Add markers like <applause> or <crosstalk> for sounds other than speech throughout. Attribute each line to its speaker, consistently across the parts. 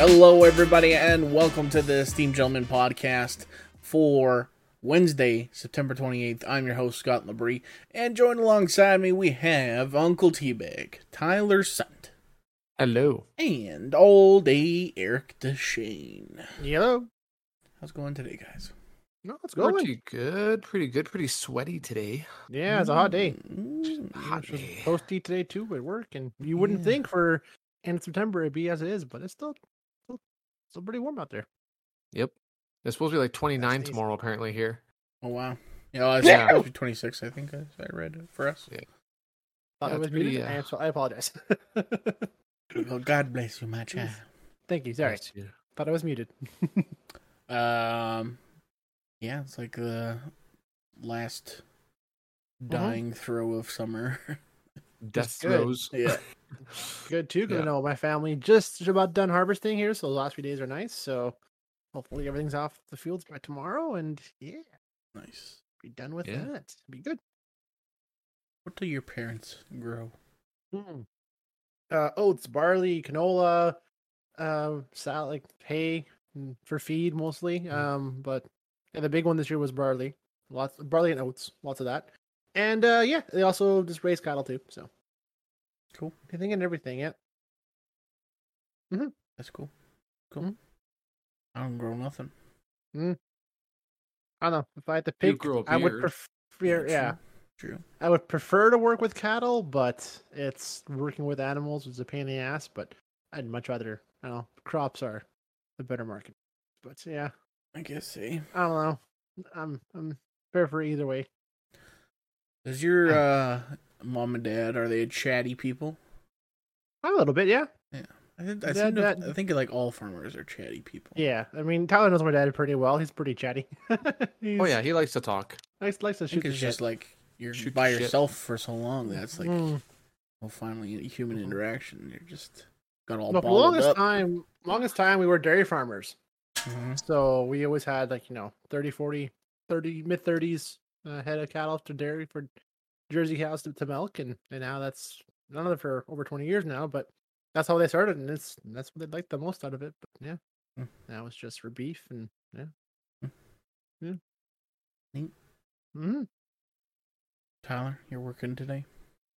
Speaker 1: Hello, everybody, and welcome to the Steam Gentleman podcast for Wednesday, September 28th. I'm your host, Scott Labrie, and joined alongside me, we have Uncle Teabag, Tyler Sunt,
Speaker 2: Hello.
Speaker 1: and old A. Eric DeShane.
Speaker 3: Yellow.
Speaker 1: How's it going today, guys?
Speaker 3: No, it's
Speaker 2: Pretty good. Pretty good. Pretty sweaty today.
Speaker 3: Yeah, it's a hot day.
Speaker 1: Mm,
Speaker 2: Hot
Speaker 3: It was
Speaker 2: day.
Speaker 3: toasty today too at work, and you wouldn't
Speaker 1: Yeah.
Speaker 3: think for end of September it'd be as it is, but it's still still, still pretty warm out there.
Speaker 2: Yep. It's supposed to be like 29
Speaker 3: decent.
Speaker 2: tomorrow, apparently, here.
Speaker 1: Oh, wow. Yeah, well, it's
Speaker 2: Yeah.
Speaker 1: supposed to be 26, I think I I read for us.
Speaker 3: Thought
Speaker 2: Yeah,
Speaker 3: it
Speaker 2: it's
Speaker 3: was muted.
Speaker 2: pretty,
Speaker 3: I,
Speaker 2: uh,
Speaker 3: am so, I apologize. <laughs>
Speaker 1: Well, God bless you, my child.
Speaker 3: Thank you. Sorry.
Speaker 2: Yes, yeah.
Speaker 3: Thought I was muted.
Speaker 1: Um, yeah, it's like the last
Speaker 3: Mm-hmm.
Speaker 1: dying throw of summer. <laughs>
Speaker 2: Death
Speaker 3: good.
Speaker 2: throes.
Speaker 1: yeah.
Speaker 3: Mm-hmm. Good too, because
Speaker 2: Yeah.
Speaker 3: I know my family just about done harvesting here, so the last few days are nice. So hopefully everything's off the fields by tomorrow, and yeah,
Speaker 1: <laughs> Nice.
Speaker 3: be done with
Speaker 2: Yeah.
Speaker 3: that. Be good.
Speaker 1: What do your parents grow?
Speaker 3: Mm. Uh, oats, barley, canola, um, sal like hay mm, for feed mostly.
Speaker 1: Mm-hmm.
Speaker 3: Um, but and the big one this year was barley. Lots barley and oats, lots of that. And uh, yeah, they also just raise cattle too. So
Speaker 1: Cool.
Speaker 3: anything and everything. Yeah,
Speaker 1: That's cool. Cool.
Speaker 3: Mhm.
Speaker 1: I don't grow nothing.
Speaker 3: I don't know if I had to pick.
Speaker 2: grow a
Speaker 3: I would
Speaker 2: beard.
Speaker 3: prefer.
Speaker 1: That's
Speaker 3: Yeah,
Speaker 1: True. True.
Speaker 3: I would prefer to work with cattle, but it's working with animals is a pain in the ass. But I'd much rather. I don't know. Crops are the better market. But yeah.
Speaker 1: I guess see.
Speaker 3: I don't know. I'm I'm fair for either way.
Speaker 1: Does your uh mom and dad are they chatty people?
Speaker 3: A little bit, yeah.
Speaker 1: I think I,
Speaker 3: Dad-
Speaker 1: seem to-
Speaker 3: dad-
Speaker 1: I think like all farmers are chatty people.
Speaker 3: Yeah. I mean Tyler knows my dad pretty well. He's pretty chatty. <laughs> He's-
Speaker 2: Oh, yeah. He likes to talk.
Speaker 3: Likes, likes to
Speaker 1: I think
Speaker 3: shoot
Speaker 1: it's
Speaker 3: the
Speaker 1: just
Speaker 3: shit.
Speaker 1: like you're
Speaker 2: Shoot
Speaker 1: by
Speaker 2: the shit.
Speaker 1: yourself for so long that's like
Speaker 3: Mm.
Speaker 1: well finally human
Speaker 3: Mhm.
Speaker 1: interaction. You're just got all
Speaker 3: No, for the
Speaker 1: balled
Speaker 3: longest
Speaker 1: up.
Speaker 3: time longest time we were dairy farmers.
Speaker 1: Mhm.
Speaker 3: So we always had like, you know, 30, 40, 30, mid thirties uh, head of cattle to dairy for Jersey cows to, to milk and, and now that's none of it for over twenty years now, but that's how they started and it's that's what they liked the most out of it. But yeah.
Speaker 1: Mm.
Speaker 3: Now it's just for beef and yeah.
Speaker 1: Mm.
Speaker 3: Yeah.
Speaker 1: Neat.
Speaker 3: hmm
Speaker 1: Tyler, you're working today,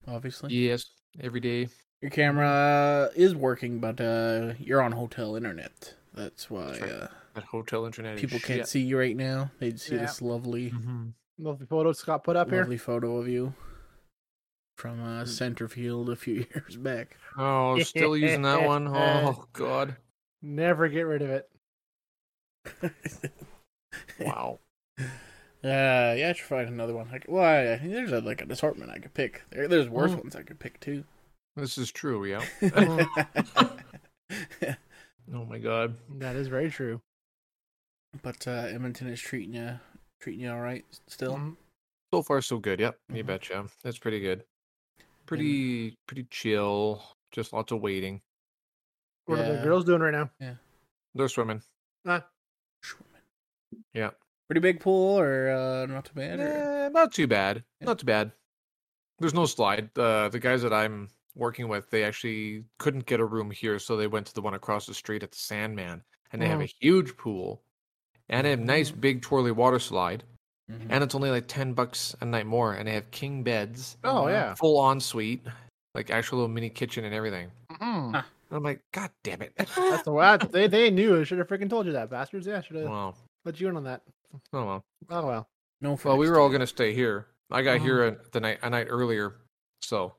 Speaker 1: obviously.
Speaker 2: Yes. Every day.
Speaker 1: Your camera is working, but uh, you're on hotel internet. That's why
Speaker 2: That's right.
Speaker 1: uh,
Speaker 2: At hotel internet.
Speaker 1: people can't see you right now. They'd see
Speaker 3: Yeah.
Speaker 1: this lovely, <laughs>
Speaker 2: hmm
Speaker 3: Lovely photo Scott put up here.
Speaker 1: lovely photo of you from uh,
Speaker 2: Mm.
Speaker 1: Centerfield a few <laughs> years back.
Speaker 2: Oh, still using that one. Oh, God.
Speaker 3: Never get rid of it.
Speaker 1: uh, <laughs>
Speaker 2: Wow.
Speaker 1: Uh, yeah, I should find another one. I could, well, I, I think there's a, like an assortment I could pick. There, there's worse
Speaker 2: Mhm.
Speaker 1: ones I could pick
Speaker 2: <laughs>
Speaker 1: too. <laughs>
Speaker 2: This is true. Yeah.
Speaker 1: but
Speaker 2: Oh, my God.
Speaker 3: That is very true.
Speaker 1: uh, Edmonton is treating you treating you all right still.
Speaker 2: Mhm. So far, so good. Yep. You
Speaker 1: Mhm.
Speaker 2: betcha. That's pretty good. Pretty, pretty chill. Just lots of waiting.
Speaker 3: What are
Speaker 1: Yeah.
Speaker 3: the girls doing right now? Uh,
Speaker 2: They're swimming.
Speaker 1: Schwimmen.
Speaker 2: Yeah.
Speaker 1: Pretty big pool or uh, not too bad? Or...
Speaker 2: Eh, not too bad.
Speaker 1: Yeah.
Speaker 2: Not too bad. There's no slide. Uh, the guys that I'm working with, they actually couldn't get a room here, so they went to the one across the street at the Sandman, and they have
Speaker 3: Oh. Mm.
Speaker 2: a huge pool, and a nice big twirly water slide,
Speaker 1: Mhm.
Speaker 2: and it's only like ten bucks a night more, and they have king beds,
Speaker 1: Oh,
Speaker 3: Oh,
Speaker 1: wow.
Speaker 3: yeah.
Speaker 2: full ensuite, like actual little mini kitchen and everything.
Speaker 3: Mhm.
Speaker 2: And I'm like, God damn it!
Speaker 3: <laughs> That's the way they they knew. I should have freaking told you that, bastards. Yeah, should have
Speaker 2: wow.
Speaker 3: let you in on that.
Speaker 2: Oh well.
Speaker 3: Oh well.
Speaker 1: No, for
Speaker 2: Well, we
Speaker 1: next
Speaker 2: were all
Speaker 1: time.
Speaker 2: gonna stay here. I got
Speaker 3: Mhm.
Speaker 2: here a, the night a night earlier, so.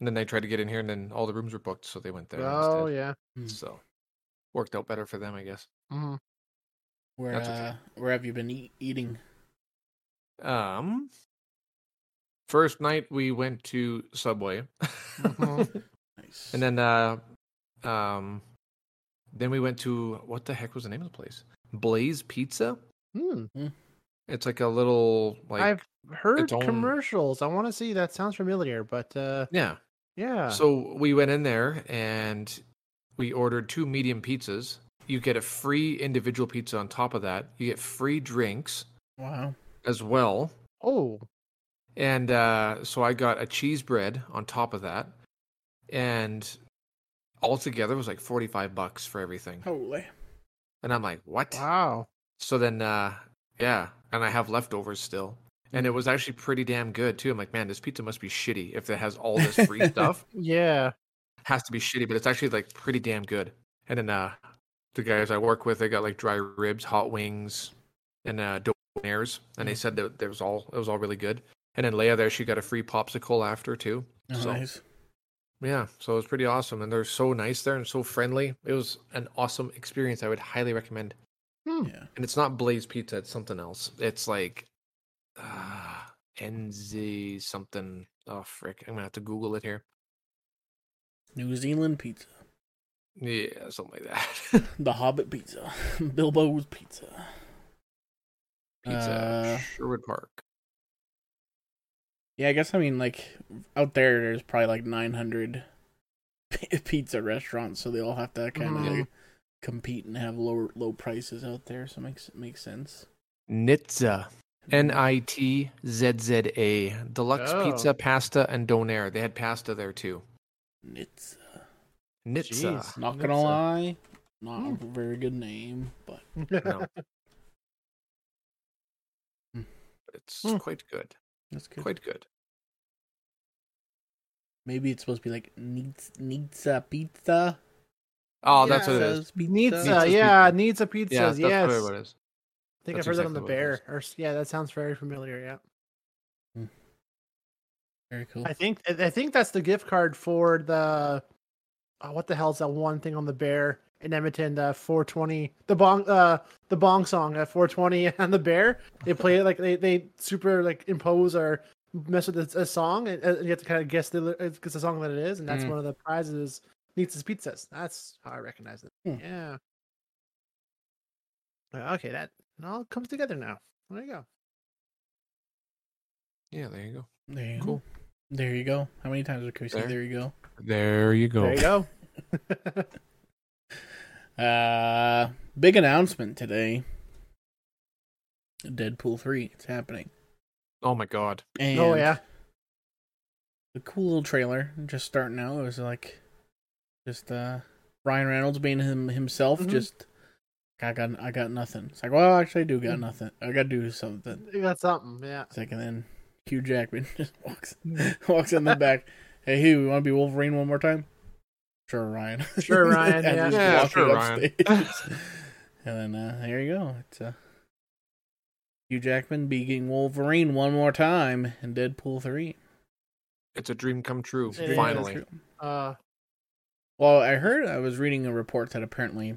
Speaker 2: And then they tried to get in here, and then all the rooms were booked, so they went there.
Speaker 3: oh
Speaker 2: instead.
Speaker 3: yeah.
Speaker 1: yeah.
Speaker 2: So, worked out better for them, I guess.
Speaker 3: hmm
Speaker 1: Where
Speaker 2: That's
Speaker 1: uh,
Speaker 2: okay.
Speaker 1: where have you been e- eating?
Speaker 2: Um, first night we went to Subway,
Speaker 3: Mhm.
Speaker 1: Nice.
Speaker 2: <laughs> and then uh, um, then we went to what the heck was the name of the place? Blaze Pizza.
Speaker 3: Hmm.
Speaker 2: It's like a little like
Speaker 3: I've heard
Speaker 2: own-
Speaker 3: commercials. I want to see. That sounds familiar, but uh,
Speaker 2: yeah.
Speaker 3: yeah.
Speaker 2: So we went in there and we ordered two medium pizzas. You get a free individual pizza on top of that. You get free drinks
Speaker 1: wow.
Speaker 2: as well.
Speaker 3: oh,
Speaker 2: And uh, so I got a cheese bread on top of that. And altogether was like 45 bucks for everything.
Speaker 1: Holy.
Speaker 2: And I'm like, what?
Speaker 3: Wow.
Speaker 2: So then, uh, yeah, and I have leftovers still. And it was actually pretty damn good too. I'm like, man, this pizza must be shitty if it has all this free stuff.
Speaker 3: Yeah.
Speaker 2: Has to be shitty, but it's actually like pretty damn good. And then uh, the guys I work with, they got like dry ribs, hot wings, and uh, donairs, and they said that there was all it was all really good. And then Leia there, she got a free popsicle after too.
Speaker 1: Oh,
Speaker 2: So-
Speaker 1: nice.
Speaker 2: Yeah, so it was pretty awesome, and they're so nice there and so friendly. It was an awesome experience. I would highly recommend.
Speaker 3: Hmm.
Speaker 1: Yeah.
Speaker 2: And it's not Blaze Pizza; it's something else. It's like uh, NZ something. Oh frick! I'm gonna have to Google it here.
Speaker 1: New Zealand pizza.
Speaker 2: Yeah, something like that. <laughs>
Speaker 1: The Hobbit pizza. <laughs> Bilbo's pizza.
Speaker 2: Pizza
Speaker 1: Uh,
Speaker 2: Sherwood Park.
Speaker 1: Yeah, I guess I mean like out there there's probably like 900 p- <laughs> pizza restaurants, so they all have to kind of
Speaker 3: Mhm.
Speaker 2: Mm-hmm.
Speaker 1: compete and have lower low prices out there. So makes makes sense.
Speaker 2: Nitza.
Speaker 1: Mm-hmm.
Speaker 2: N I T Z Z A. Deluxe
Speaker 3: Oh.
Speaker 2: pizza, pasta, and donair. They had pasta there too.
Speaker 1: It's
Speaker 2: Nitza.
Speaker 3: Jeez.
Speaker 1: not
Speaker 3: That's
Speaker 1: gonna
Speaker 3: a-
Speaker 1: lie, not a
Speaker 2: Hmm.
Speaker 1: very good name, but
Speaker 3: <laughs>
Speaker 2: No.
Speaker 1: Hmm.
Speaker 2: It's
Speaker 3: Hmm.
Speaker 2: quite good.
Speaker 1: that's good.
Speaker 2: Quite good.
Speaker 1: Maybe it's supposed to be like Nitz- Nitza pizza.
Speaker 2: Oh, that's what it
Speaker 1: Nitza's
Speaker 2: is.
Speaker 1: pizza.
Speaker 3: Pizza,
Speaker 2: Pizza's
Speaker 3: uh, yeah,
Speaker 2: pizza.
Speaker 3: needs a
Speaker 2: Yeah,
Speaker 3: pizzas.
Speaker 2: that's
Speaker 3: yes,
Speaker 2: probably what it is.
Speaker 3: I think
Speaker 2: That's
Speaker 3: I've heard that on the
Speaker 2: exactly what it
Speaker 3: bear.
Speaker 2: is.
Speaker 3: Or s- yeah, that sounds very familiar. Yeah,
Speaker 1: Very cool.
Speaker 3: I think I I think that's the gift card for the oh, what the hell's that one thing on the bear in Edmonton? Uh, 420, the bong, uh, the bong song at 420 <laughs> on the bear. They play it like they they super like impose or mess with a, a song, and, and you have to kind of guess the li- it's it's the song that it is, and that's
Speaker 2: Mm.
Speaker 3: one of the prizes. Pizza's pizzas. That's how I recognize it.
Speaker 1: Hmm.
Speaker 3: Yeah. Uh, Okay, that it all comes together now. There you go.
Speaker 2: Yeah, there you go.
Speaker 1: There you
Speaker 2: Cool.
Speaker 1: go. There you go. How many times can we say
Speaker 2: There.
Speaker 1: there, you go?
Speaker 2: There you go.
Speaker 3: There you go.
Speaker 1: <laughs>
Speaker 3: <laughs>
Speaker 1: Uh big announcement today. Deadpool 3, it's happening.
Speaker 2: Oh my god.
Speaker 1: And
Speaker 3: oh yeah.
Speaker 1: The cool little trailer just starting out. It was like just uh Ryan Reynolds being him himself
Speaker 3: Mhm.
Speaker 1: just I got I got nothing. It's like, well, actually I do got
Speaker 3: Mhm.
Speaker 1: nothing. I got to do something.
Speaker 3: You got something, yeah.
Speaker 1: It's like and then Hugh Jackman <laughs> just walks <laughs>
Speaker 3: Mm-hmm.
Speaker 1: walks in the back. Hey, Hugh, you want to be Wolverine one more time? Sure, Ryan. <laughs>
Speaker 3: Sure, Ryan,
Speaker 1: And
Speaker 3: yeah.
Speaker 1: he's
Speaker 2: Yeah,
Speaker 1: walking
Speaker 2: sure, Ryan. <laughs>
Speaker 1: upstairs. and then uh, there you go. It's uh, Hugh Jackman beating Wolverine one more time in Deadpool three.
Speaker 2: It's a dream come true.
Speaker 3: It's a dream come
Speaker 2: Finally.
Speaker 3: Uh,
Speaker 1: Well, I heard I was reading a report that apparently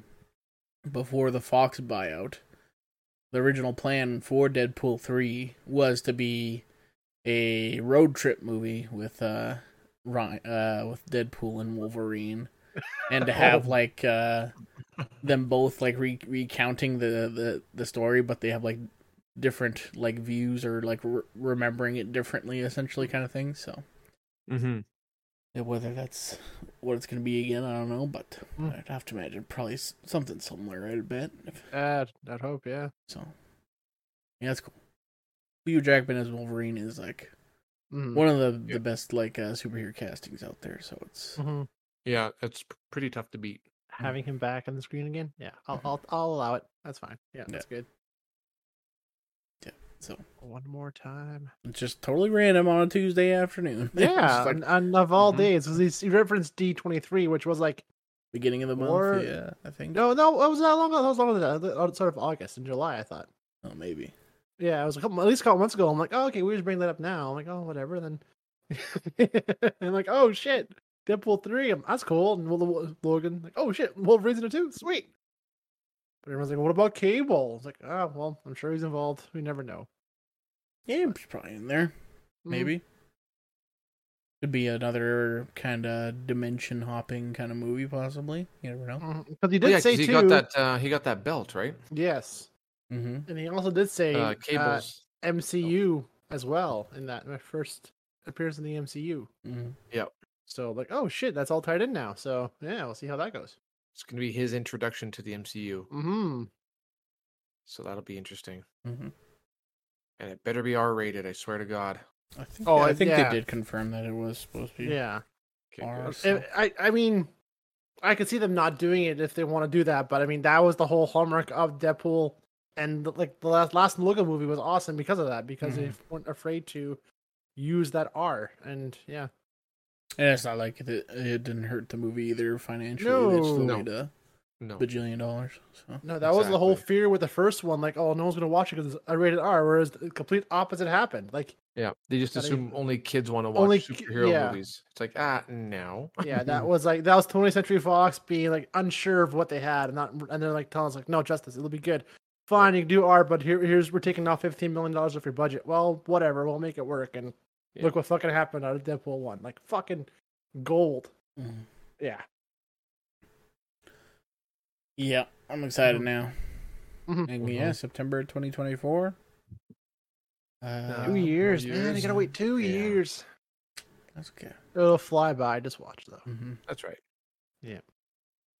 Speaker 1: before the Fox buyout, the original plan for Deadpool 3 was to be a road trip movie with uh Ryan, uh with Deadpool and Wolverine and to have like uh them both like re- recounting the, the the story but they have like different like views or like re- remembering it differently essentially kind of thing so
Speaker 2: Mm-hmm.
Speaker 1: yeah, Whether that's what it's going to be again, I don't know, but
Speaker 3: Hmm.
Speaker 1: I'd have to imagine probably s- something similar, I'd bet. If,
Speaker 3: I'd, I'd hope, yeah.
Speaker 1: so, yeah, that's cool. Hugh Jackman as Wolverine is like
Speaker 3: Mm.
Speaker 1: one of the,
Speaker 2: Yeah.
Speaker 1: the best like uh, superhero castings out there, so it's
Speaker 3: Mhm.
Speaker 2: Yeah, it's p- pretty tough to beat.
Speaker 3: Having him back on the screen again, yeah, I'll, I'll, I'll allow it. That's fine. Mm-hmm. Yeah, that's good.
Speaker 1: Yeah, so.
Speaker 3: one more time.
Speaker 1: it's just totally random on a Tuesday afternoon. <laughs> It's
Speaker 3: <laughs> Yeah, Mm-hmm.
Speaker 1: like
Speaker 3: and, and of all
Speaker 2: Mhm.
Speaker 3: days, 'cause he's- he referenced D twenty three, which was like
Speaker 1: beginning of the month.
Speaker 3: Or-
Speaker 1: yeah, I think.
Speaker 3: no, no, it was not long. That was longer than that. Uh, Sort of August and July, I thought.
Speaker 1: Oh, maybe.
Speaker 3: Yeah, it was a couple, at least a couple months ago. I'm like, oh, okay, we just bring that up now. I'm like, oh, whatever. Then <laughs> I'm like, oh shit, Deadpool three. um, That's cool. And Lo- Lo- Logan, like, oh shit, Wolverine's in it too. Sweet. But everyone's like, what about Cable? It's like, oh well, I'm sure he's involved. We never know.
Speaker 1: Yeah, it's probably in there.
Speaker 3: Mm,
Speaker 1: Maybe. Could be another kind of dimension hopping kind of movie, possibly. You never know.
Speaker 3: mhm. But he did
Speaker 2: Oh, yeah, 'cause
Speaker 3: say
Speaker 2: he
Speaker 3: too.
Speaker 2: got that. Uh, he got that belt, right?
Speaker 3: Yes,
Speaker 1: Mm-hmm.
Speaker 3: and he also did say
Speaker 2: Uh,
Speaker 3: uh,
Speaker 2: cables.
Speaker 3: MCU as well in that my first appears in the MCU.
Speaker 1: mm-hmm.
Speaker 3: So like, oh shit, that's all tied in now. So yeah, we'll see how that goes.
Speaker 2: It's going to be his introduction to the MCU,
Speaker 3: Hmm.
Speaker 2: so that'll be interesting.
Speaker 1: Mm-hmm.
Speaker 2: And it better be R-rated. I swear to God.
Speaker 1: I think,
Speaker 3: Oh,
Speaker 1: I
Speaker 3: uh,
Speaker 1: think
Speaker 3: yeah.
Speaker 1: they did confirm that it was supposed to be.
Speaker 3: Yeah.
Speaker 2: Okay, good.
Speaker 1: Ours.
Speaker 3: I I I mean, I could see them not doing it if they want to do that, but I mean that was the whole hallmark of Deadpool, and like the last last Logan movie was awesome because of that because they weren't afraid to use that R and yeah.
Speaker 1: And it's not like it, it didn't hurt the movie either financially. No, they still
Speaker 2: No.
Speaker 1: made a
Speaker 2: No.
Speaker 1: bajillion dollars. So
Speaker 3: No, that was the whole
Speaker 2: Exactly.
Speaker 3: fear with the first one, like oh no one's gonna watch it because it's a rated R, whereas the complete opposite happened. Like
Speaker 2: Yeah, they just
Speaker 3: Gotta-
Speaker 2: assume only kids want to watch
Speaker 3: Only ki-
Speaker 2: superhero
Speaker 3: yeah.
Speaker 2: movies. It's like ah no.
Speaker 3: yeah, <laughs> that was like that was 20th Century Fox being like unsure of what they had and not and they're like telling us like no justice, it'll be good. Fine, you can do R, but here here's we're taking off 15 million dollars off your budget. Well, whatever, we'll make it work. And
Speaker 2: Yeah.
Speaker 3: look what fucking happened out of Deadpool one, like fucking gold.
Speaker 1: Mhm.
Speaker 3: Yeah.
Speaker 1: yeah, I'm excited now.
Speaker 3: Mhm.
Speaker 1: And
Speaker 2: Mhm.
Speaker 1: yeah, September 2024. Uh,
Speaker 2: Two
Speaker 3: Two
Speaker 2: more
Speaker 3: years, man. You
Speaker 2: years
Speaker 3: gotta wait two
Speaker 2: yeah.
Speaker 3: years.
Speaker 1: That's okay.
Speaker 3: It'll fly by. Just watch though.
Speaker 1: hmm
Speaker 2: That's right.
Speaker 3: Yeah.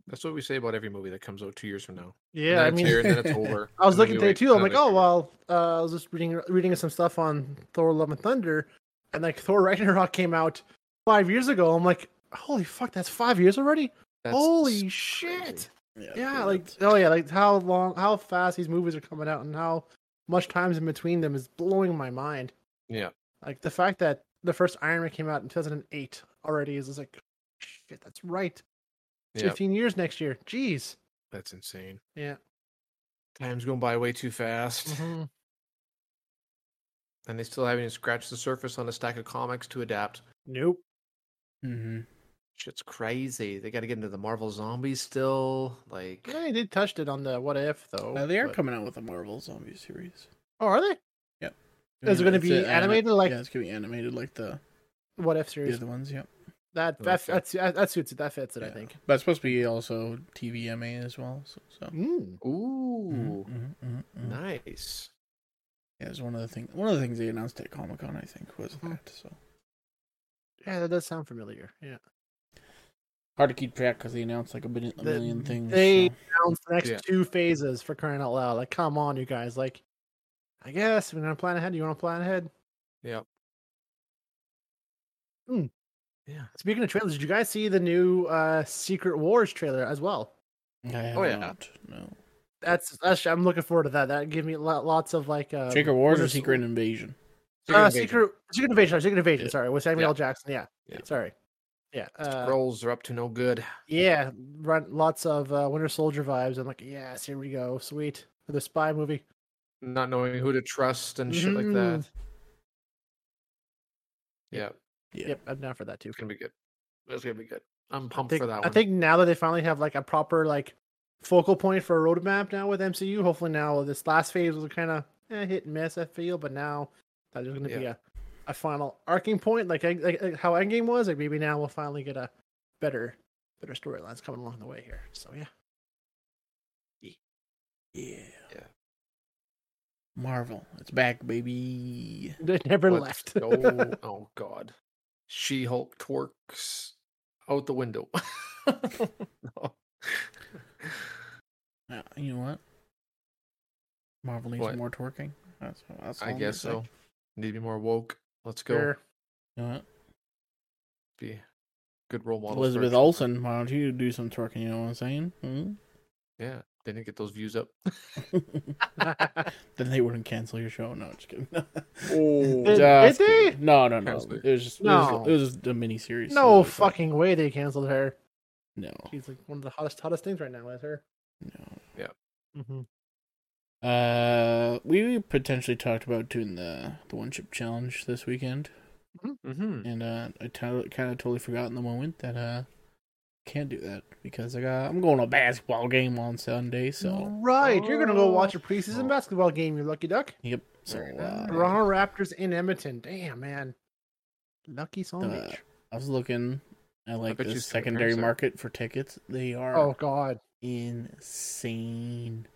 Speaker 2: That's what we say about every movie that comes out two years from now.
Speaker 3: Yeah,
Speaker 2: then
Speaker 3: I
Speaker 2: it's
Speaker 3: mean,
Speaker 2: here, and then
Speaker 3: <laughs>
Speaker 2: it's over.
Speaker 3: I
Speaker 2: and
Speaker 3: was
Speaker 2: then
Speaker 3: looking
Speaker 2: we
Speaker 3: today
Speaker 2: wait
Speaker 3: too. I'm like,
Speaker 2: another
Speaker 3: oh
Speaker 2: year.
Speaker 3: well. Uh, I was just reading reading some stuff on Thor: Love and Thunder, and like Thor Ragnarok came out five years ago. I'm like, holy fuck, that's five years already.
Speaker 2: That's
Speaker 3: holy
Speaker 2: s-
Speaker 3: shit.
Speaker 1: Yeah,
Speaker 3: Yeah,
Speaker 1: pretty
Speaker 3: like
Speaker 1: much.
Speaker 3: oh yeah, like how long, how fast these movies are coming out, and how much times in between them is blowing my mind.
Speaker 2: Yeah.
Speaker 3: Like the fact that the first Iron Man came out in 2008 already is just like, shit, that's right.
Speaker 2: Yeah.
Speaker 3: 15 years next year. Jeez.
Speaker 2: That's insane.
Speaker 3: Yeah.
Speaker 2: Time's going by way too fast,
Speaker 3: Mhm.
Speaker 2: and they still haven't even scratched the surface on a stack of comics to adapt.
Speaker 3: Nope.
Speaker 1: Mhm.
Speaker 2: Shit's crazy. They got to get into the Marvel zombies still. Like,
Speaker 3: Yeah, they did touched it on the what if though.
Speaker 1: Uh, they are
Speaker 3: but-
Speaker 1: coming out with a Marvel zombie series.
Speaker 3: Oh, are they? Is it gonna
Speaker 1: It's
Speaker 3: be
Speaker 1: a anima-
Speaker 3: animated like-
Speaker 1: yeah, it's gonna be animated like the
Speaker 3: What if
Speaker 1: the
Speaker 3: series?
Speaker 1: other ones. Yep.
Speaker 3: That that,
Speaker 2: Okay.
Speaker 3: that's, that that suits it. That fits it. I
Speaker 1: Yeah.
Speaker 3: think.
Speaker 1: But it's supposed to be also TVMA as well. So, so.
Speaker 3: Mm.
Speaker 2: ooh,
Speaker 1: Mhm, mhm, mhm, mhm.
Speaker 2: nice.
Speaker 1: Yeah, it's one of the things. One of the things they announced at Comic Con, I think, was
Speaker 2: Hmm.
Speaker 3: Mhm.
Speaker 1: that. So
Speaker 3: Yeah, that does sound familiar. Yeah.
Speaker 1: hard to keep track because they announced like a billion, a
Speaker 3: The-
Speaker 1: million things.
Speaker 3: they-
Speaker 1: so.
Speaker 3: Announced the next
Speaker 2: Oh, Yeah.
Speaker 3: two phases for crying out loud. Like, come on, you guys. Like, I guess we're gonna plan ahead. You want to plan ahead?
Speaker 2: Yep. Hmm.
Speaker 3: Mm.
Speaker 2: Yeah.
Speaker 3: Speaking of trailers, did you guys see the new uh Secret Wars trailer as well?
Speaker 1: I have
Speaker 2: Oh, yeah.
Speaker 1: not. No.
Speaker 3: That's, that's I'm looking forward to that. That gave me lo- lots of like
Speaker 2: Um,
Speaker 3: uh,
Speaker 1: Secret Wars or
Speaker 3: wonders-
Speaker 1: Secret Invasion?
Speaker 2: Secret
Speaker 3: uh,
Speaker 2: Invasion.
Speaker 3: Secret Secret Invasion. sorry, Secret Invasion.
Speaker 1: Yeah.
Speaker 3: Sorry, with Samuel
Speaker 2: Yeah.
Speaker 3: L. Jackson. Yeah.
Speaker 2: Yeah.
Speaker 3: Sorry. Yeah. Uh,
Speaker 2: Scrolls are up to no good.
Speaker 3: Yeah, run lots of uh, Winter Soldier vibes. I'm like, yes, here we go, sweet for the spy movie.
Speaker 2: Not knowing who to trust and shit like
Speaker 3: Mhm.
Speaker 2: that. Mm-hmm. Yeah,
Speaker 1: Yeah.
Speaker 3: Yep, I'm down for that too.
Speaker 2: it's gonna be good. It's gonna be good. I'm
Speaker 3: I
Speaker 2: pumped
Speaker 3: think,
Speaker 2: for that one.
Speaker 3: I think now that they finally have like a proper like focal point for a roadmap now with MCU. Hopefully now this last phase was kind of eh, hit and miss. I feel, but now that there's going to be
Speaker 2: Yeah.
Speaker 3: a, a final arcing point, like, like, like like how Endgame was. Like maybe now we'll finally get a better better storylines coming along the way here. So yeah, <laughs>
Speaker 1: Yeah.
Speaker 2: Yeah.
Speaker 1: Marvel, it's back, baby.
Speaker 3: they never
Speaker 2: Let's <laughs>
Speaker 3: left. <laughs>
Speaker 2: go. oh god. She Hulk twerks out the window. <laughs> No.
Speaker 1: Uh, you know what? Marvel needs
Speaker 2: What?
Speaker 1: more twerking. That's, that's all
Speaker 2: I
Speaker 1: I'm gonna
Speaker 2: guess
Speaker 1: say.
Speaker 2: so. Need to be more woke. Let's go.
Speaker 3: Sure.
Speaker 1: You know what?
Speaker 2: Be good role models. for our
Speaker 1: Elizabeth
Speaker 2: children.
Speaker 1: Olsen, why don't you do some twerking? You know what I'm saying? Hmm?
Speaker 2: Yeah. They didn't get those views up.
Speaker 1: then they wouldn't cancel your show. No, just kidding. <laughs>
Speaker 2: Oh
Speaker 3: Did-
Speaker 1: Just
Speaker 3: did they?
Speaker 1: kidding. No, no, no.
Speaker 2: Cancel it.
Speaker 1: It was just,
Speaker 3: No.
Speaker 1: It was, just- it was just a mini series.
Speaker 3: No fucking way they canceled her.
Speaker 1: No,
Speaker 3: She's like one of the hottest, hottest things right now is her.
Speaker 1: no.
Speaker 3: Mm-hmm.
Speaker 1: Uh, we potentially talked about doing the the one chip challenge this weekend,
Speaker 2: mm-hmm.
Speaker 1: and uh, I kind of totally forgot in the moment that uh, can't do that because I got I'm going to a basketball game on Sunday, so
Speaker 3: right, you're gonna go watch a
Speaker 2: Oh.
Speaker 3: preseason
Speaker 2: Oh.
Speaker 3: basketball game, you lucky duck.
Speaker 1: yep. So
Speaker 2: Very
Speaker 1: uh,
Speaker 2: nice.
Speaker 3: Toronto Raptors in Edmonton. Damn man, lucky son of a
Speaker 1: Uh,
Speaker 3: bitch.
Speaker 1: I was looking at like
Speaker 2: bet
Speaker 1: the
Speaker 2: you it's gonna turn
Speaker 1: secondary
Speaker 2: soon.
Speaker 1: market for tickets. They are
Speaker 3: Oh god,
Speaker 1: insane.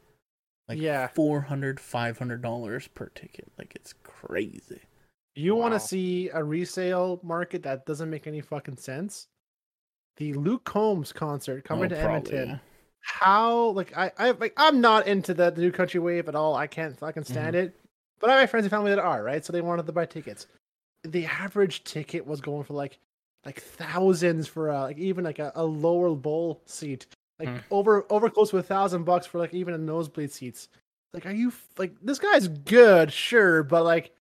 Speaker 1: Like
Speaker 3: Yeah.
Speaker 1: four hundred, five hundred dollars per ticket. Like it's crazy.
Speaker 3: you want
Speaker 2: wow.
Speaker 3: to see a resale market that doesn't make any fucking sense? The Luke Combs concert coming
Speaker 1: Oh,
Speaker 3: to
Speaker 1: probably,
Speaker 3: Edmonton. how like I, I like I'm not into the, the new country wave at all. I can't fucking
Speaker 1: Mm-hmm.
Speaker 3: stand it. But I have friends and family that are, right? So they wanted to buy tickets. The average ticket was going for like like thousands for a, like even like a, a lower bowl seat, like
Speaker 1: Hmm.
Speaker 3: over over close to a thousand bucks for like even a nosebleed seats. Like, are you f- like this guy's good, sure, but like,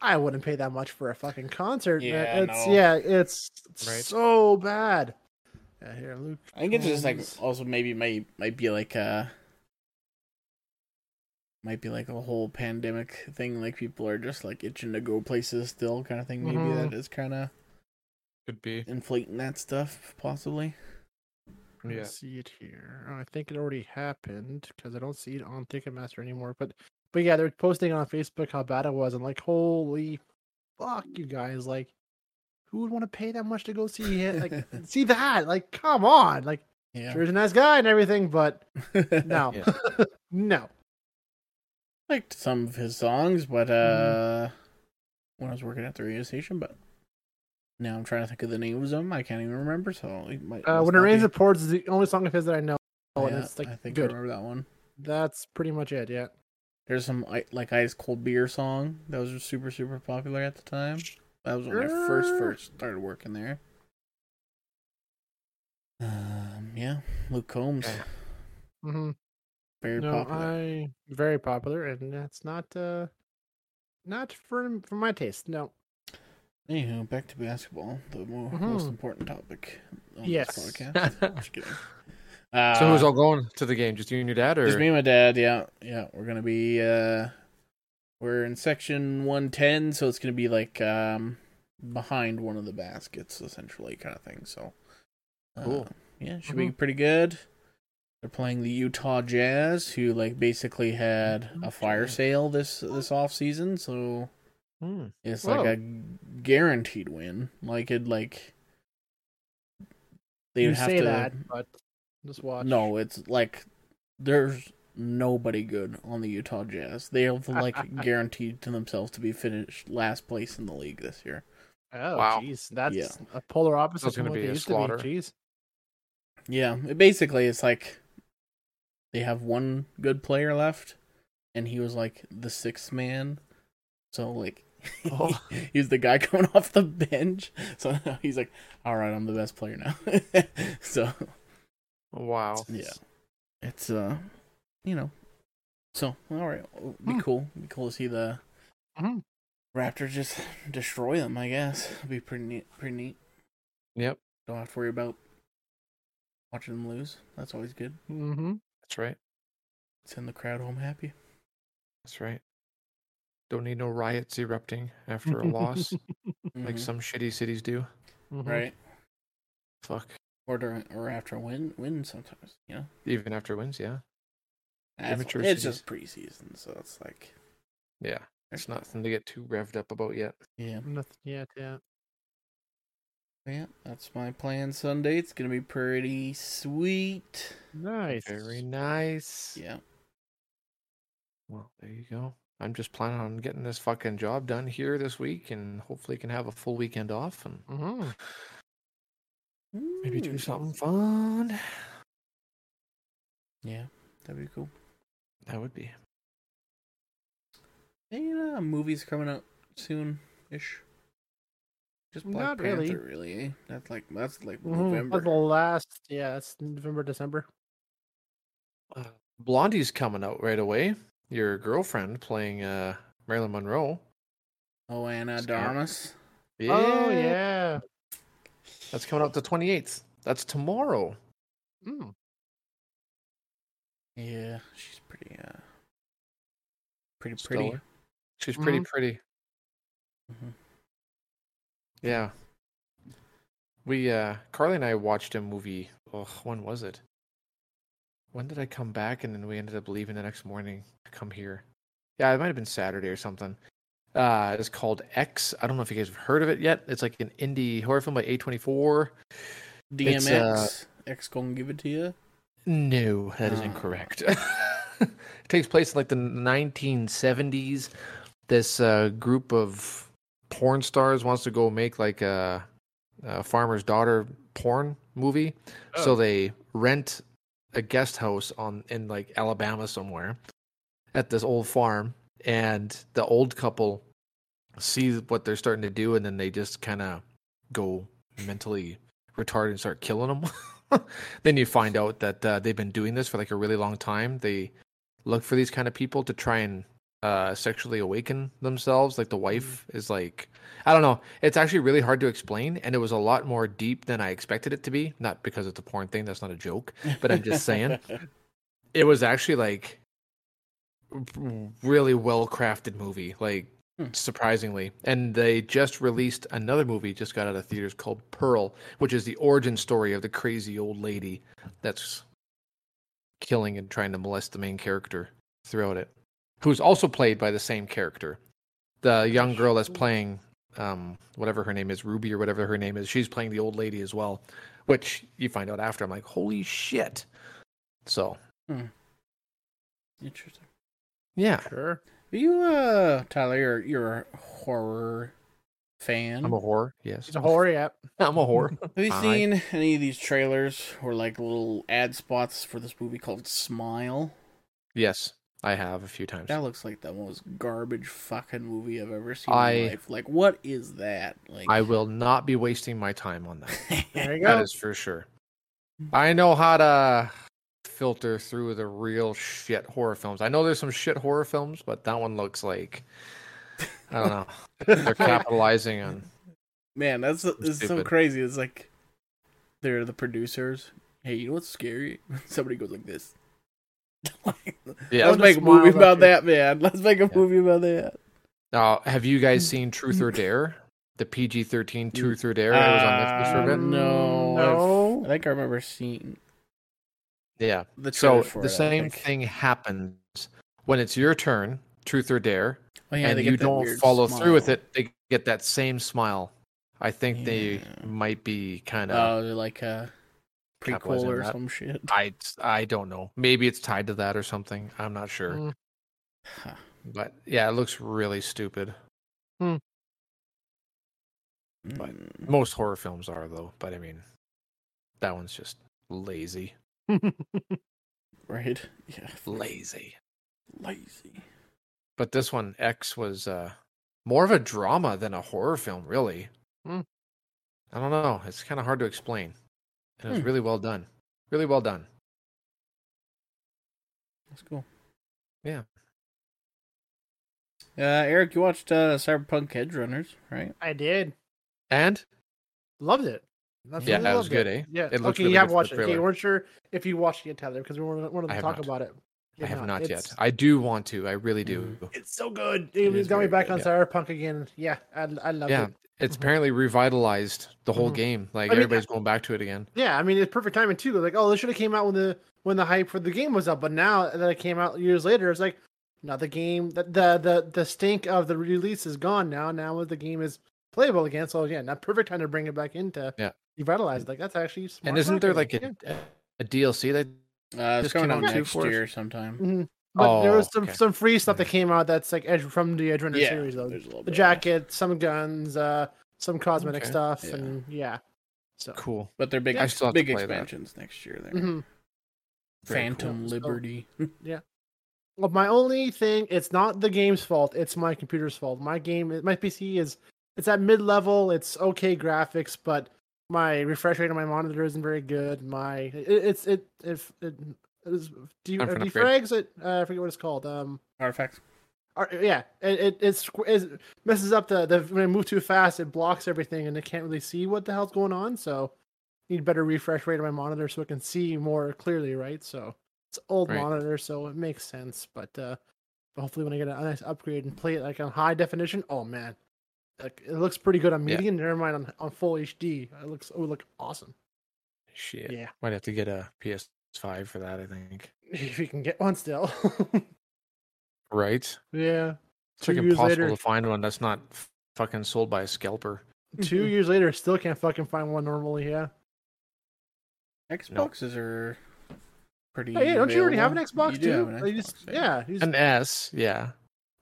Speaker 3: I wouldn't pay that much for a fucking concert. man.
Speaker 1: Yeah,
Speaker 3: it's
Speaker 1: no.
Speaker 3: yeah, it's
Speaker 2: Right.
Speaker 3: so bad. Yeah, here, Luke.
Speaker 1: I think it's just like
Speaker 3: Combs.
Speaker 1: also maybe might might be like uh might be like a whole pandemic thing, like people are just like itching to go places still kind of thing. Maybe
Speaker 3: Mhm.
Speaker 1: that is kinda
Speaker 2: Could be.
Speaker 1: inflating that stuff, possibly.
Speaker 3: I
Speaker 2: Yeah.
Speaker 3: see it here. Oh, I think it already happened because I don't see it on Ticketmaster anymore. But but yeah, they're posting on Facebook how bad it was, and like, holy fuck, you guys! Like, who would want to pay that much to go see him? Like,
Speaker 1: <laughs>
Speaker 3: see that? Like, come on! Like,
Speaker 1: Yeah. <laughs>
Speaker 3: sure he's a nice guy and everything, but no,
Speaker 2: Yeah.
Speaker 3: <laughs> no.
Speaker 1: liked some of his songs, but
Speaker 3: Mm-hmm.
Speaker 1: uh when I was working at the radio station, but now I'm trying to think of the names of them. I can't even remember, so it might
Speaker 3: Uh,
Speaker 1: must
Speaker 3: when it
Speaker 1: not
Speaker 3: rains,
Speaker 1: be-
Speaker 3: it pours is the only song of his that I know, and
Speaker 1: Yeah,
Speaker 3: it's like
Speaker 1: I think I
Speaker 3: good.
Speaker 1: remember that one.
Speaker 3: That's pretty much it. Yeah.
Speaker 1: There's some i- like ice cold beer song that was super super popular at the time. That was when I first
Speaker 3: Sure.
Speaker 1: first started working there. Um, yeah, Luke Combs,
Speaker 2: Yeah.
Speaker 3: Mm-hmm.
Speaker 1: very
Speaker 3: no,
Speaker 1: popular.
Speaker 3: I very popular, and that's not uh, not for for my taste. No.
Speaker 1: Anywho, back to basketball, the mo- most
Speaker 3: Mhm.
Speaker 1: important topic on
Speaker 3: Yes.
Speaker 1: this
Speaker 2: so
Speaker 1: podcast.
Speaker 3: <laughs>
Speaker 1: Just kidding. Uh,
Speaker 2: who's all going to the game? Just you and your dad, or
Speaker 1: Just me and my dad. Yeah, yeah. We're gonna be uh, we're in section one ten, so it's gonna be like um behind one of the baskets, essentially, kind of thing. So, uh,
Speaker 2: Cool.
Speaker 1: Yeah, should
Speaker 3: Mm-hmm.
Speaker 1: be pretty good. They're playing the Utah Jazz, who like basically had a fire
Speaker 2: Jazz.
Speaker 1: sale this this off season, so
Speaker 2: Hmm.
Speaker 1: it's
Speaker 3: Whoa.
Speaker 1: like a guaranteed win. Like it like they'd
Speaker 3: you
Speaker 1: have
Speaker 3: say
Speaker 1: to
Speaker 3: that, but just watch.
Speaker 1: no, it's like there's nobody good on the Utah Jazz. They have like guaranteed to themselves to be finished last place in the league this year.
Speaker 3: Oh,
Speaker 2: Wow.
Speaker 3: jeez, that's
Speaker 1: Yeah.
Speaker 3: a polar opposite.
Speaker 2: That's
Speaker 3: from
Speaker 2: gonna
Speaker 3: what
Speaker 2: be
Speaker 3: they
Speaker 2: a
Speaker 3: used
Speaker 2: slaughter.
Speaker 3: To be. Jeez.
Speaker 1: Yeah, it basically it's like they have one good player left, and he was like the sixth man. So like <laughs>
Speaker 2: Oh.
Speaker 1: he was the guy <laughs> coming off the bench. So <laughs> now he's like, all right, I'm the best player now. <laughs> so <laughs>
Speaker 2: Wow.
Speaker 1: Yeah. It's uh you know. So all right. well, Be
Speaker 3: Hmm.
Speaker 1: cool. Be cool to see the
Speaker 2: Hmm.
Speaker 3: Mhm.
Speaker 1: Raptors just destroy them, I guess. It'd be pretty neat pretty neat.
Speaker 2: Yep.
Speaker 1: Don't have to worry about watching them lose. That's always good.
Speaker 3: Mm-hmm.
Speaker 2: That's right.
Speaker 1: Send the crowd home happy.
Speaker 2: That's right. Don't need no riots erupting after a loss, <laughs>
Speaker 1: <laughs>
Speaker 2: like
Speaker 1: Mhm.
Speaker 2: some shitty cities do.
Speaker 3: mm-hmm.
Speaker 1: right.
Speaker 2: Fuck.
Speaker 1: Or during, or after a win win sometimes, you know.
Speaker 2: Even after wins, yeah.
Speaker 1: That's-
Speaker 2: Immature
Speaker 1: it's
Speaker 2: cities.
Speaker 1: just preseason, so it's like
Speaker 2: Yeah. It's nothing to get too revved up about yet.
Speaker 1: yeah.
Speaker 3: Nothing yet. Yeah.
Speaker 1: Yeah, that's my plan Sunday. It's gonna be pretty sweet.
Speaker 3: Nice.
Speaker 2: Very nice.
Speaker 1: Yeah.
Speaker 2: Well, there you go. I'm just planning on getting this fucking job done here this week and hopefully can have a full weekend off and
Speaker 3: Mm-hmm.
Speaker 2: maybe do
Speaker 1: Mm.
Speaker 2: something fun.
Speaker 1: Yeah, that'd be cool.
Speaker 2: That would be.
Speaker 1: And, you know, uh, movies coming out soon ish. Just Black
Speaker 3: Not
Speaker 1: Panther,
Speaker 3: really.
Speaker 1: really. eh? That's like that's like
Speaker 2: Mm-hmm.
Speaker 3: November. The
Speaker 1: November.
Speaker 3: last. Yeah, it's November, December.
Speaker 2: Uh, Blondie's coming out right away. Your girlfriend playing uh, Marilyn Monroe.
Speaker 1: Oh, Anna
Speaker 2: It's coming.
Speaker 1: Darmus.
Speaker 3: Oh yeah.
Speaker 2: That's coming out the 28th. That's tomorrow.
Speaker 3: Mm.
Speaker 1: Yeah, she's pretty. uh Pretty pretty.
Speaker 2: Stellar. She's pretty
Speaker 3: Mhm.
Speaker 2: pretty.
Speaker 1: Mhm.
Speaker 2: Yeah. We uh Carly and I watched a movie. Oh, when was it? When did I come back and then we ended up leaving the next morning to come here? Yeah, it might have been Saturday or something. Uh it's called X. I don't know if you guys have heard of it yet. It's like an indie horror film by A24. It's,
Speaker 1: DMX.
Speaker 2: uh,
Speaker 1: X gonna give it to you.
Speaker 2: No, that is
Speaker 1: Oh.
Speaker 2: incorrect. <laughs> it takes place in like the 1970s. This uh, group of porn stars wants to go make like uh, a, a farmer's daughter porn movie. So
Speaker 3: Oh.
Speaker 2: they rent a guest house on in like Alabama somewhere at this old farm, and the old couple see what they're starting to do, and then they just kind of go mentally retarded and start killing them. <laughs> then you find out that uh, they've been doing this for like a really long time. They look for these kind of people to try and uh, sexually awaken themselves. Like the wife is like, I don't know. It's actually really hard to explain, and it was a lot more deep than I expected it to be. Not because it's a porn thing. That's not a joke. <laughs> But I'm just saying, it was actually like really well crafted movie. Like surprisingly. And they just released another movie, just got out of theaters called Pearl, which is the origin story of the crazy old lady that's killing and trying to molest the main character throughout it, who's also played by the same character. The young girl that's playing um, whatever her name is, Ruby or whatever her name is, she's playing the old lady as well, which you find out after. I'm like, holy shit. So,
Speaker 1: Hmm. <laughs> Interesting.
Speaker 2: yeah.
Speaker 3: Sure.
Speaker 1: Are you, uh, Tyler, you're, you're a horror fan.
Speaker 2: I'm a whore. Yes.
Speaker 3: It's a horror app.
Speaker 2: <laughs> I'm
Speaker 1: <laughs>
Speaker 2: a whore.
Speaker 1: Have you
Speaker 2: Fine.
Speaker 1: seen any of these trailers or like little ad spots for this movie called Smile?
Speaker 2: yes. I have a few times.
Speaker 1: That looks like the most garbage fucking movie I've ever seen in
Speaker 2: I-
Speaker 1: my life. Like, what is that? Like, <laughs>
Speaker 2: I will not be wasting my time on that.
Speaker 3: There you go.
Speaker 2: <laughs> That is for sure. I know how to filter through the real shit horror films. I know there's some shit horror films, but that one looks like I don't know.
Speaker 1: <laughs>
Speaker 2: They're capitalizing on
Speaker 1: man, that's it's so
Speaker 2: Stupid.
Speaker 1: crazy. It's like they're the producers. Hey, you know what's scary? <laughs> Somebody goes like this. <laughs> Like,
Speaker 2: yeah.
Speaker 1: Let's
Speaker 3: Everyone
Speaker 1: make a
Speaker 3: smiles
Speaker 1: movie
Speaker 3: at
Speaker 1: about
Speaker 3: you.
Speaker 1: that, man. <laughs> Let's make a
Speaker 2: Yeah.
Speaker 1: movie about that.
Speaker 2: Now, uh, have you
Speaker 1: Mm,
Speaker 2: guys seen Truth or Dare? The PG-13 Truth or Dare that was on Netflix for a
Speaker 1: Uh,
Speaker 2: bit.
Speaker 1: No,
Speaker 3: No.
Speaker 1: I think I remember seeing
Speaker 2: Yeah.
Speaker 1: the
Speaker 2: So
Speaker 1: trailer for
Speaker 2: the
Speaker 1: it, I
Speaker 2: same
Speaker 1: think.
Speaker 2: thing happens when it's your turn, Truth or Dare,
Speaker 1: Oh, yeah,
Speaker 2: and
Speaker 1: they
Speaker 2: you
Speaker 1: get that
Speaker 2: don't
Speaker 1: weird
Speaker 2: follow through with
Speaker 1: smile.
Speaker 2: it, they get that same smile. I think they
Speaker 1: Yeah.
Speaker 2: might be kind of.
Speaker 1: Oh, they're like a prequel
Speaker 2: Capitalizing
Speaker 1: or
Speaker 2: that.
Speaker 1: some shit.
Speaker 2: I I don't know. Maybe it's tied to that or something. I'm not sure.
Speaker 3: Mm.
Speaker 1: Huh.
Speaker 2: But yeah, it looks really stupid. But-
Speaker 1: Mm.
Speaker 2: Most horror films are though. But I mean, that one's just lazy,
Speaker 1: Right? <laughs> Yeah.
Speaker 2: lazy.
Speaker 1: Lazy.
Speaker 2: But this one X was uh, more of a drama than a horror film, really.
Speaker 3: Hmm.
Speaker 2: I don't know. It's kind of hard to explain. And it was
Speaker 1: Hmm.
Speaker 2: really well done. Really well done.
Speaker 1: That's cool.
Speaker 2: Yeah.
Speaker 1: Uh, Eric, you watched uh, Cyberpunk Edge Runners, right?
Speaker 3: <laughs> I did.
Speaker 2: And
Speaker 3: Loved it. Absolutely
Speaker 2: Yeah, it was
Speaker 3: loved
Speaker 2: good, eh?
Speaker 3: Yeah.
Speaker 2: It looks
Speaker 3: okay,
Speaker 2: really
Speaker 3: you have
Speaker 2: good for the
Speaker 3: watched it. Okay,
Speaker 2: trailer.
Speaker 3: you weren't sure if you watched it yet, Tyler, because we wanted, wanted
Speaker 2: I
Speaker 3: to
Speaker 2: have
Speaker 3: talk
Speaker 2: not.
Speaker 3: about it. You
Speaker 2: I have not yet.
Speaker 3: It's- Mm,
Speaker 2: I do want to. I really do.
Speaker 3: It's so good.
Speaker 1: It
Speaker 3: It,
Speaker 1: is
Speaker 3: it got me
Speaker 1: very
Speaker 3: back
Speaker 1: good,
Speaker 3: on
Speaker 2: yeah.
Speaker 3: Cyberpunk again. Yeah, I, I loved
Speaker 2: Yeah.
Speaker 3: it.
Speaker 2: It's
Speaker 3: Mhm.
Speaker 2: apparently revitalized the whole
Speaker 3: Mhm.
Speaker 2: game. Like
Speaker 3: I mean,
Speaker 2: everybody's going back to it again.
Speaker 3: Yeah, I mean it's perfect timing too. Like, oh, this should have came out when the when the hype for the game was up, but now that it came out years later, it's like now the game the the the, the stink of the release is gone now. Now the game is playable again. So yeah, not perfect time to bring it back into
Speaker 2: Yeah.
Speaker 3: revitalize. Like that's actually smart
Speaker 2: And isn't there like
Speaker 3: marketing.
Speaker 2: a, a DLC that
Speaker 1: Uh, it's
Speaker 2: Just
Speaker 1: coming
Speaker 2: came
Speaker 1: out
Speaker 2: out
Speaker 1: next
Speaker 2: too for us?
Speaker 1: year sometime.
Speaker 3: Yeah. Mhm. But there was
Speaker 2: Oh,
Speaker 3: some
Speaker 2: okay.
Speaker 3: some free stuff that came out that's like Edge from the Edge Runner
Speaker 1: yeah,
Speaker 3: series though.
Speaker 1: there's a little
Speaker 3: The
Speaker 1: bit.
Speaker 3: jacket, some guns, uh, some cosmetic
Speaker 2: Okay.
Speaker 3: stuff,
Speaker 1: Yeah.
Speaker 3: and yeah. So
Speaker 2: cool?
Speaker 1: But they're big,
Speaker 2: I still have to
Speaker 1: big
Speaker 2: play that.
Speaker 1: expansions next year. There,
Speaker 3: mhm.
Speaker 2: Very
Speaker 1: Phantom
Speaker 3: cool. So-
Speaker 1: Liberty. <laughs>
Speaker 3: Well, my only thing, it's not the game's fault. It's my computer's fault. My game, my PC is, it's at mid level. It's okay graphics, but my refresh rate on my monitor isn't very good. My, it, it's, it, if, it, it is, do you,
Speaker 2: Time for an upgrade.
Speaker 3: defrags it? Uh, I forget what it's called. Um,
Speaker 1: Artifacts.
Speaker 3: or- yeah, it, it, it's, it messes up the, the, when I move too fast, it blocks everything and it can't really see what the hell's going on. So, need better refresh rate on my monitor so it can see more clearly, right? So, it's old
Speaker 2: Right.
Speaker 3: monitor, so it makes sense. But uh, hopefully, when I get a nice upgrade and play it like on high definition, oh man, like it looks pretty good on
Speaker 2: Yeah.
Speaker 3: medium. Never mind on, on full HD, it looks oh, it would look awesome.
Speaker 2: Shit.
Speaker 3: Yeah. <laughs>
Speaker 2: Might have to get a PS5 for that, I think.
Speaker 3: if you can get one still. <laughs>
Speaker 2: Right?
Speaker 3: yeah,
Speaker 2: It's
Speaker 3: Two
Speaker 2: like
Speaker 3: years
Speaker 2: impossible
Speaker 3: later.
Speaker 2: to find one that's not f- fucking sold by a scalper.
Speaker 3: two years later, still can't fucking find one normally. Yeah.
Speaker 1: Xboxes are pretty.
Speaker 3: Hey, Oh, don't you already have an
Speaker 1: available.
Speaker 3: Xbox
Speaker 1: You
Speaker 3: too?
Speaker 1: do have an
Speaker 3: Like, you just-
Speaker 1: Xbox,
Speaker 3: yeah, you just-
Speaker 2: An S, yeah.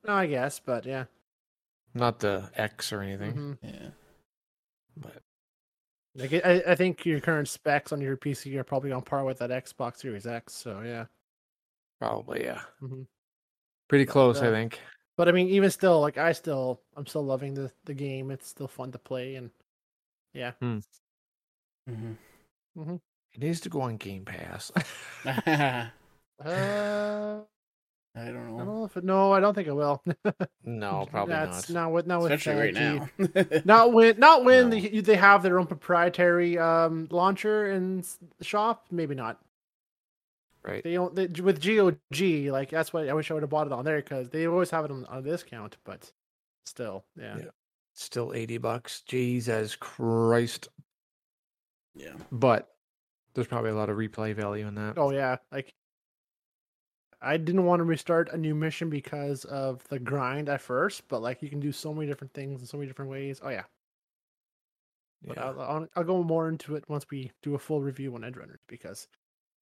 Speaker 3: no, I guess, but yeah.
Speaker 2: Not the X or anything.
Speaker 3: mhm.
Speaker 1: Yeah.
Speaker 2: But
Speaker 3: Like I, I think your current specs on your PC are probably on par with that Xbox Series X. So yeah,
Speaker 2: probably, yeah.
Speaker 3: Mhm.
Speaker 2: Pretty
Speaker 3: But,
Speaker 2: close, I
Speaker 3: uh,
Speaker 2: think.
Speaker 3: but I mean, even still, like I still, I'm still loving the the game. It's still fun to play, and Yeah.
Speaker 2: It needs to go on Game
Speaker 3: <laughs>
Speaker 2: Pass.
Speaker 1: <laughs>
Speaker 2: <laughs>
Speaker 1: I
Speaker 3: Uh, I
Speaker 1: don't
Speaker 3: don't
Speaker 1: know.
Speaker 3: know if it, no, I don't think
Speaker 2: <laughs>
Speaker 3: it will.
Speaker 2: no, Oh, probably
Speaker 3: That's
Speaker 2: not.
Speaker 3: not with not with
Speaker 1: Especially
Speaker 3: uh,
Speaker 1: right
Speaker 3: G-
Speaker 1: now. <laughs>
Speaker 3: Not when not when
Speaker 2: No.
Speaker 3: they, they have their own proprietary um, launcher and s- shop. Maybe not.
Speaker 2: Right.
Speaker 3: They don't they, with GOG. Like that's why I wish I would have bought it on there because they always have it on, on a discount. But still, yeah.
Speaker 2: Yeah. Still 80 bucks. Jesus Christ.
Speaker 1: yeah.
Speaker 2: But there's probably a lot of replay value in that.
Speaker 3: Oh yeah, like I didn't want to restart a new mission because of the grind at first, but like you can do so many different things in so many different ways. Oh yeah, but
Speaker 2: Yeah.
Speaker 3: I'll, I'll, I'll go more into it once we do a full review on Edge Runners because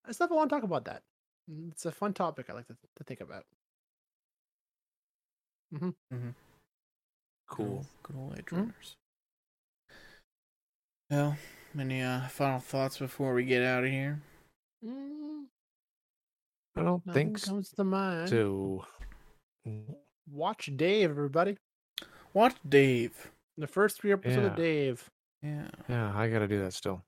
Speaker 3: I still want to talk about that. Mm, It's a fun topic I like to, to think about.
Speaker 2: cool.
Speaker 1: Good old Edge
Speaker 3: Hmm?
Speaker 1: Runners. Well, any uh, final thoughts before we get out of here?
Speaker 3: Mm,
Speaker 2: I don't
Speaker 3: nothing
Speaker 2: think Mm, so.
Speaker 3: comes to mind. Watch Dave, everybody.
Speaker 1: Watch Dave.
Speaker 3: The first three episodes
Speaker 2: Yeah.
Speaker 3: of Dave.
Speaker 1: Yeah.
Speaker 2: Yeah, I got to do that still.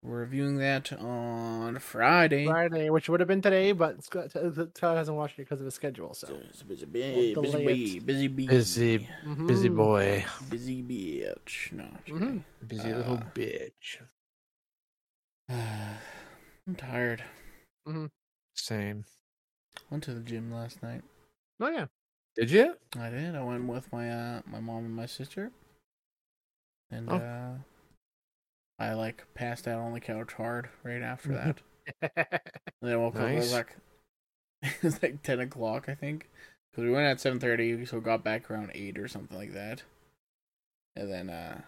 Speaker 1: We're reviewing that on Friday.
Speaker 3: Friday, which would have been today, but Scott, Todd hasn't watched it because of his schedule. So,
Speaker 1: So it's a busy, bee,
Speaker 3: We'll
Speaker 1: busy,
Speaker 3: delay
Speaker 1: bee,
Speaker 3: it.
Speaker 1: busy bee,
Speaker 2: Busy- Busy
Speaker 3: Mhm.
Speaker 2: boy.
Speaker 1: busy bitch. No, I'm just
Speaker 3: Mhm.
Speaker 1: kidding.
Speaker 2: Busy
Speaker 1: little
Speaker 2: little bitch.
Speaker 1: <sighs> I'm tired.
Speaker 2: Same.
Speaker 1: Went to the gym last night.
Speaker 3: Oh yeah.
Speaker 2: Did you?
Speaker 1: I did. I went with my uh, my mom and my sister, and
Speaker 2: Oh.
Speaker 1: uh, I like passed out on the couch hard right after that. And then I woke up. It was
Speaker 2: Nice.
Speaker 1: like <laughs> it was like ten o'clock, I think, because we went at seven thirty, so got back around eight or something like that. And then uh,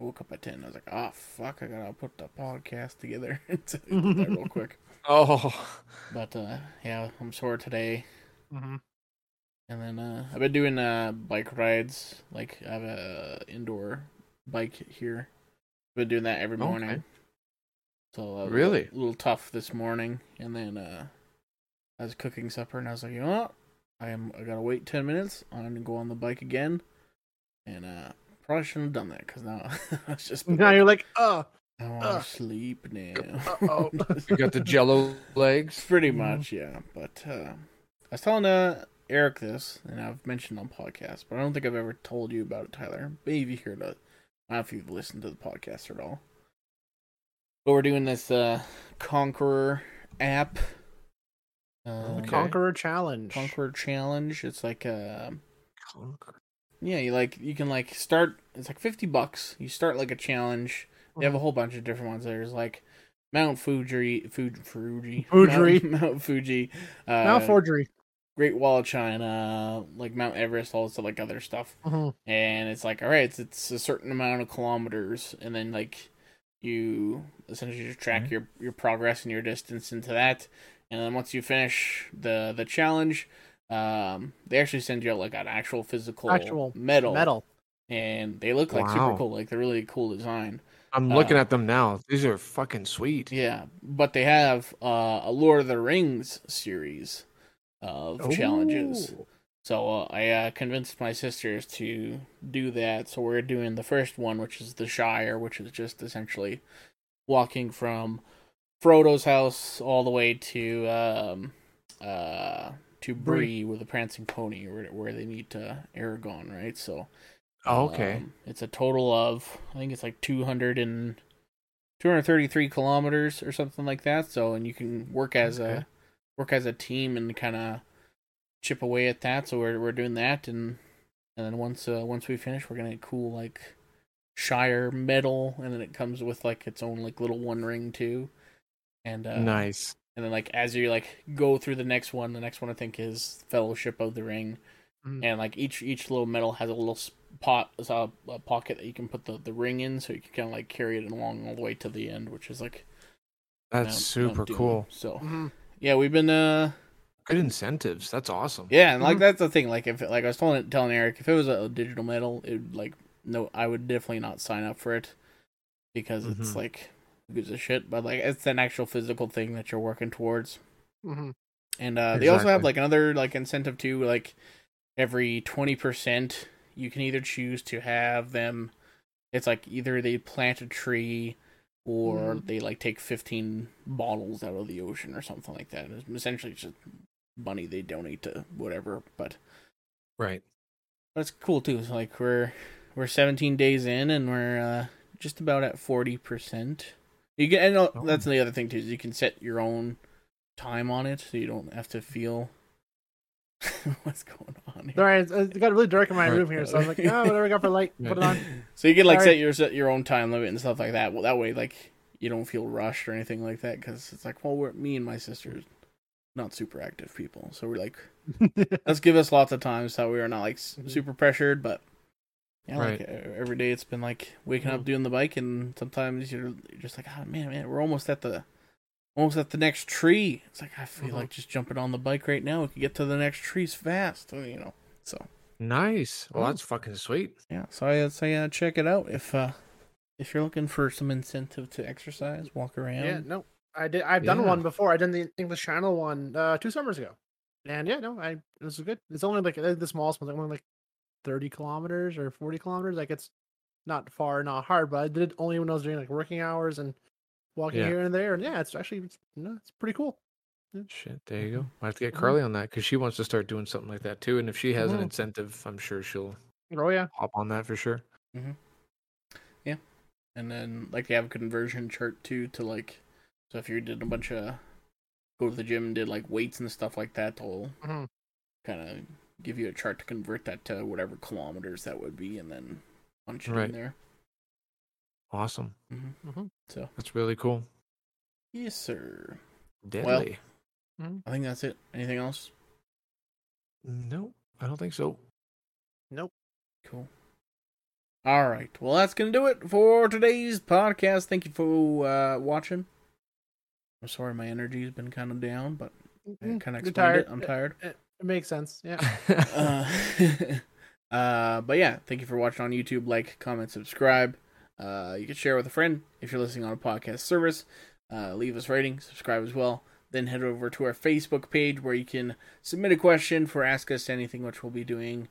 Speaker 1: I woke up at ten. I was like, "Oh fuck, I gotta put the podcast together." <laughs> so I did
Speaker 3: <laughs>
Speaker 1: that real quick.
Speaker 2: Oh.
Speaker 1: But uh, yeah, I'm sore today.
Speaker 3: Mhm.
Speaker 1: And then uh, I've been doing uh, bike rides. Like I have a indoor bike here. Been doing that every
Speaker 2: Okay.
Speaker 1: morning. So uh,
Speaker 2: Really?
Speaker 1: a little, tough this morning. And then uh, I was cooking supper, and I was like, you know what? I am. I gotta wait ten minutes. I'm gonna go on the bike again. And uh, probably shouldn't have done that because now <laughs> I was just. been
Speaker 3: Now
Speaker 1: like,
Speaker 3: you're like, oh,
Speaker 1: I want
Speaker 3: ugh.
Speaker 1: to sleep now. <laughs>
Speaker 3: oh.
Speaker 2: You got the jello legs?
Speaker 1: Pretty
Speaker 3: Mhm.
Speaker 1: much, yeah. But uh, I was telling uh, Eric this, and I've mentioned on podcast, but I don't think I've ever told you about it, Tyler. Maybe you heard it. I don't know if you've listened to the podcast at all. But we're doing this uh, Conqueror app. Uh,
Speaker 2: Okay.
Speaker 3: Conqueror Challenge.
Speaker 1: Conqueror challenge. It's like uh, yeah, you like you can like start. It's like fifty bucks. You start like a challenge. They have a whole bunch of different ones. There's like Mount Fuji, Fuji, Fuji,
Speaker 3: Fuji.
Speaker 1: Mount, Mount Fuji, uh,
Speaker 3: Now forgery.
Speaker 1: Great Wall of China, like Mount Everest, all this like other stuff.
Speaker 3: Mhm.
Speaker 1: And it's like, all right, it's, it's a certain amount of kilometers, and then like you essentially just track
Speaker 2: Mhm.
Speaker 1: your your progress and your distance into that. And then once you finish the the challenge, um, they actually send you out like an actual physical
Speaker 3: Actual
Speaker 1: medal,
Speaker 3: Metal.
Speaker 1: and they look like super
Speaker 2: Wow.
Speaker 1: cool, like they're really cool design.
Speaker 2: I'm looking
Speaker 1: Uh,
Speaker 2: at them now. These are fucking sweet.
Speaker 1: Yeah, but they have uh, a Lord of the Rings series of challenges.
Speaker 2: Ooh.
Speaker 1: So uh, I uh, convinced my sisters to do that. So we're doing the first one, which is the Shire, which is just essentially walking from Frodo's house all the way to um, uh, to Bree
Speaker 3: Bree.
Speaker 1: with the prancing pony, where where they meet uh, Aragon, right? So
Speaker 2: Oh, okay.
Speaker 1: um, it's a total of I think it's like 200 and 233 kilometers or something like that. So and you can work as
Speaker 2: Okay.
Speaker 1: a work as a team and kind of chip away at that. So we're we're doing that and and then once uh, once we finish, we're gonna get cool like Shire medal, and then it comes with like its own like little one ring too. And uh,
Speaker 2: nice.
Speaker 1: and then like as you like go through the next one the next one i think is fellowship of the ring
Speaker 2: Mm-hmm.
Speaker 3: Mm.
Speaker 1: and like each each little medal has a little spot a, uh, a pocket that you can put the, the ring in so you can kind of like carry it along all the way to the end which is like
Speaker 2: That's
Speaker 1: Mount-
Speaker 2: super
Speaker 1: Mount Doom.
Speaker 2: cool.
Speaker 1: so
Speaker 3: Mhm.
Speaker 1: yeah we've been uh
Speaker 2: Good incentives. That's awesome.
Speaker 1: yeah and like
Speaker 3: Mhm.
Speaker 1: that's the thing like if like i was telling telling eric if it was a digital medal it would like no i would definitely not sign up for it because it's
Speaker 2: Mhm.
Speaker 1: like who gives a shit but like it's an actual physical thing that you're working towards
Speaker 3: Mhm.
Speaker 1: And uh, they also have
Speaker 2: Exactly.
Speaker 1: like another like incentive too. Like every twenty percent, you can either choose to have them It's like either they plant a tree or
Speaker 3: Mhm.
Speaker 1: they like take 15 bottles out of the ocean or something like that. It's essentially just money they donate to whatever, but
Speaker 2: Right.
Speaker 1: that's cool too. So like we're we're 17 days in and we're uh, just about at 40%. You can and uh,
Speaker 2: Oh.
Speaker 1: that's the other thing too. Is you can set your own time on it so you don't have to feel <laughs> what's going on here.
Speaker 3: Sorry, it's, it got really dark in my
Speaker 2: Right.
Speaker 3: room here, so I was like, oh, whatever I got
Speaker 2: <laughs>
Speaker 3: for light, put it on.
Speaker 1: <laughs> So you can like
Speaker 3: Sorry.
Speaker 1: set your set your own time limit and stuff like that. Well, that way like you don't feel rushed or anything like that because it's like, well, we're me and my sisters, not super active people, so we're like,
Speaker 2: <laughs>
Speaker 1: let's give us lots of time so we are not like s-
Speaker 3: Mhm.
Speaker 1: super pressured. But yeah, like
Speaker 2: Right.
Speaker 1: e- every day it's been like waking up doing the bike, and sometimes you're you're just like, oh man, man, we're almost at the almost at the next tree. It's like I feel
Speaker 2: Mhm.
Speaker 1: like just jumping on the bike right now. We could get to the next trees fast, you know. So
Speaker 2: Nice. Well,
Speaker 1: Oh.
Speaker 2: that's fucking sweet.
Speaker 1: yeah, so I'd say uh, check it out if uh, if you're looking for some incentive to exercise, walk around.
Speaker 3: Yeah, no, I did. I've done
Speaker 2: Yeah.
Speaker 3: one before. I did the English Channel one uh, two summers ago, and yeah, no, I this is good. It's only like uh, the smallest one's like only like thirty kilometers or forty kilometers. Like it's not far, not hard. But I did it only when I was doing like working hours and walking
Speaker 2: Yeah.
Speaker 3: here and there. And yeah, it's actually it's, no, it's pretty cool.
Speaker 2: Shit, there you go.
Speaker 1: Mhm.
Speaker 2: I have to get
Speaker 3: Mhm.
Speaker 2: Carly on that because she wants to start doing something like that too. And if she has an
Speaker 1: Oh.
Speaker 3: Mhm.
Speaker 2: incentive, I'm sure she'll
Speaker 3: Oh yeah,
Speaker 2: hop on that for sure.
Speaker 1: And then like they have a conversion chart too to like so if you did a bunch of go to the gym and did like weights and stuff like that, they'll
Speaker 3: Mhm.
Speaker 1: kind of give you a chart to convert that to whatever kilometers that would be, and then punch it in
Speaker 2: Right.
Speaker 1: there.
Speaker 2: Awesome.
Speaker 1: hmm
Speaker 3: Mhm.
Speaker 1: So
Speaker 2: That's really cool.
Speaker 1: yes, sir.
Speaker 2: Deadly.
Speaker 1: I think that's it. Anything else?
Speaker 2: no, I don't think so.
Speaker 1: Cool. All right. Well, that's going to do it for today's podcast. Thank you for uh, watching. I'm sorry my energy's been kind of down, but I
Speaker 3: Mm,
Speaker 1: kind of
Speaker 3: you're
Speaker 1: explained
Speaker 3: tired.
Speaker 1: it. I'm
Speaker 3: It-
Speaker 1: tired.
Speaker 3: It makes sense. Yeah.
Speaker 1: <laughs>
Speaker 2: <laughs>
Speaker 1: <laughs> Uh, uh, but yeah, thank you for watching on YouTube. Like, comment, subscribe. Uh, you can share with a friend if you're listening on a podcast service. Uh, leave us rating, subscribe as well. Then head over to our Facebook page where you can submit a question for Ask Us Anything, which we'll be doing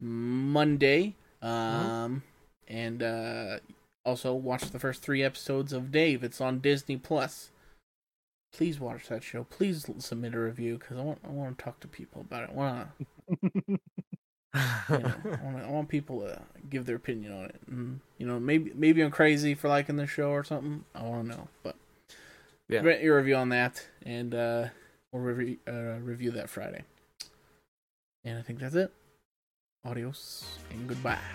Speaker 1: Monday. Um, And uh, also watch the first three episodes of Dave. It's on Disney Plus. Please watch that show. Please l- submit a review because I want I want to talk to people about it. I want to you know, I, want, I want people to give their opinion on it. And, you know, maybe maybe I'm crazy for liking this show or something. I want to know, but
Speaker 2: Yeah.
Speaker 1: write your review on that, and uh, we'll review uh, review that Friday. And I think that's it. Adios and goodbye.
Speaker 2: <laughs>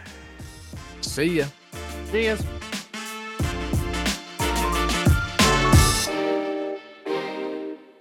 Speaker 2: See ya.
Speaker 3: See yas.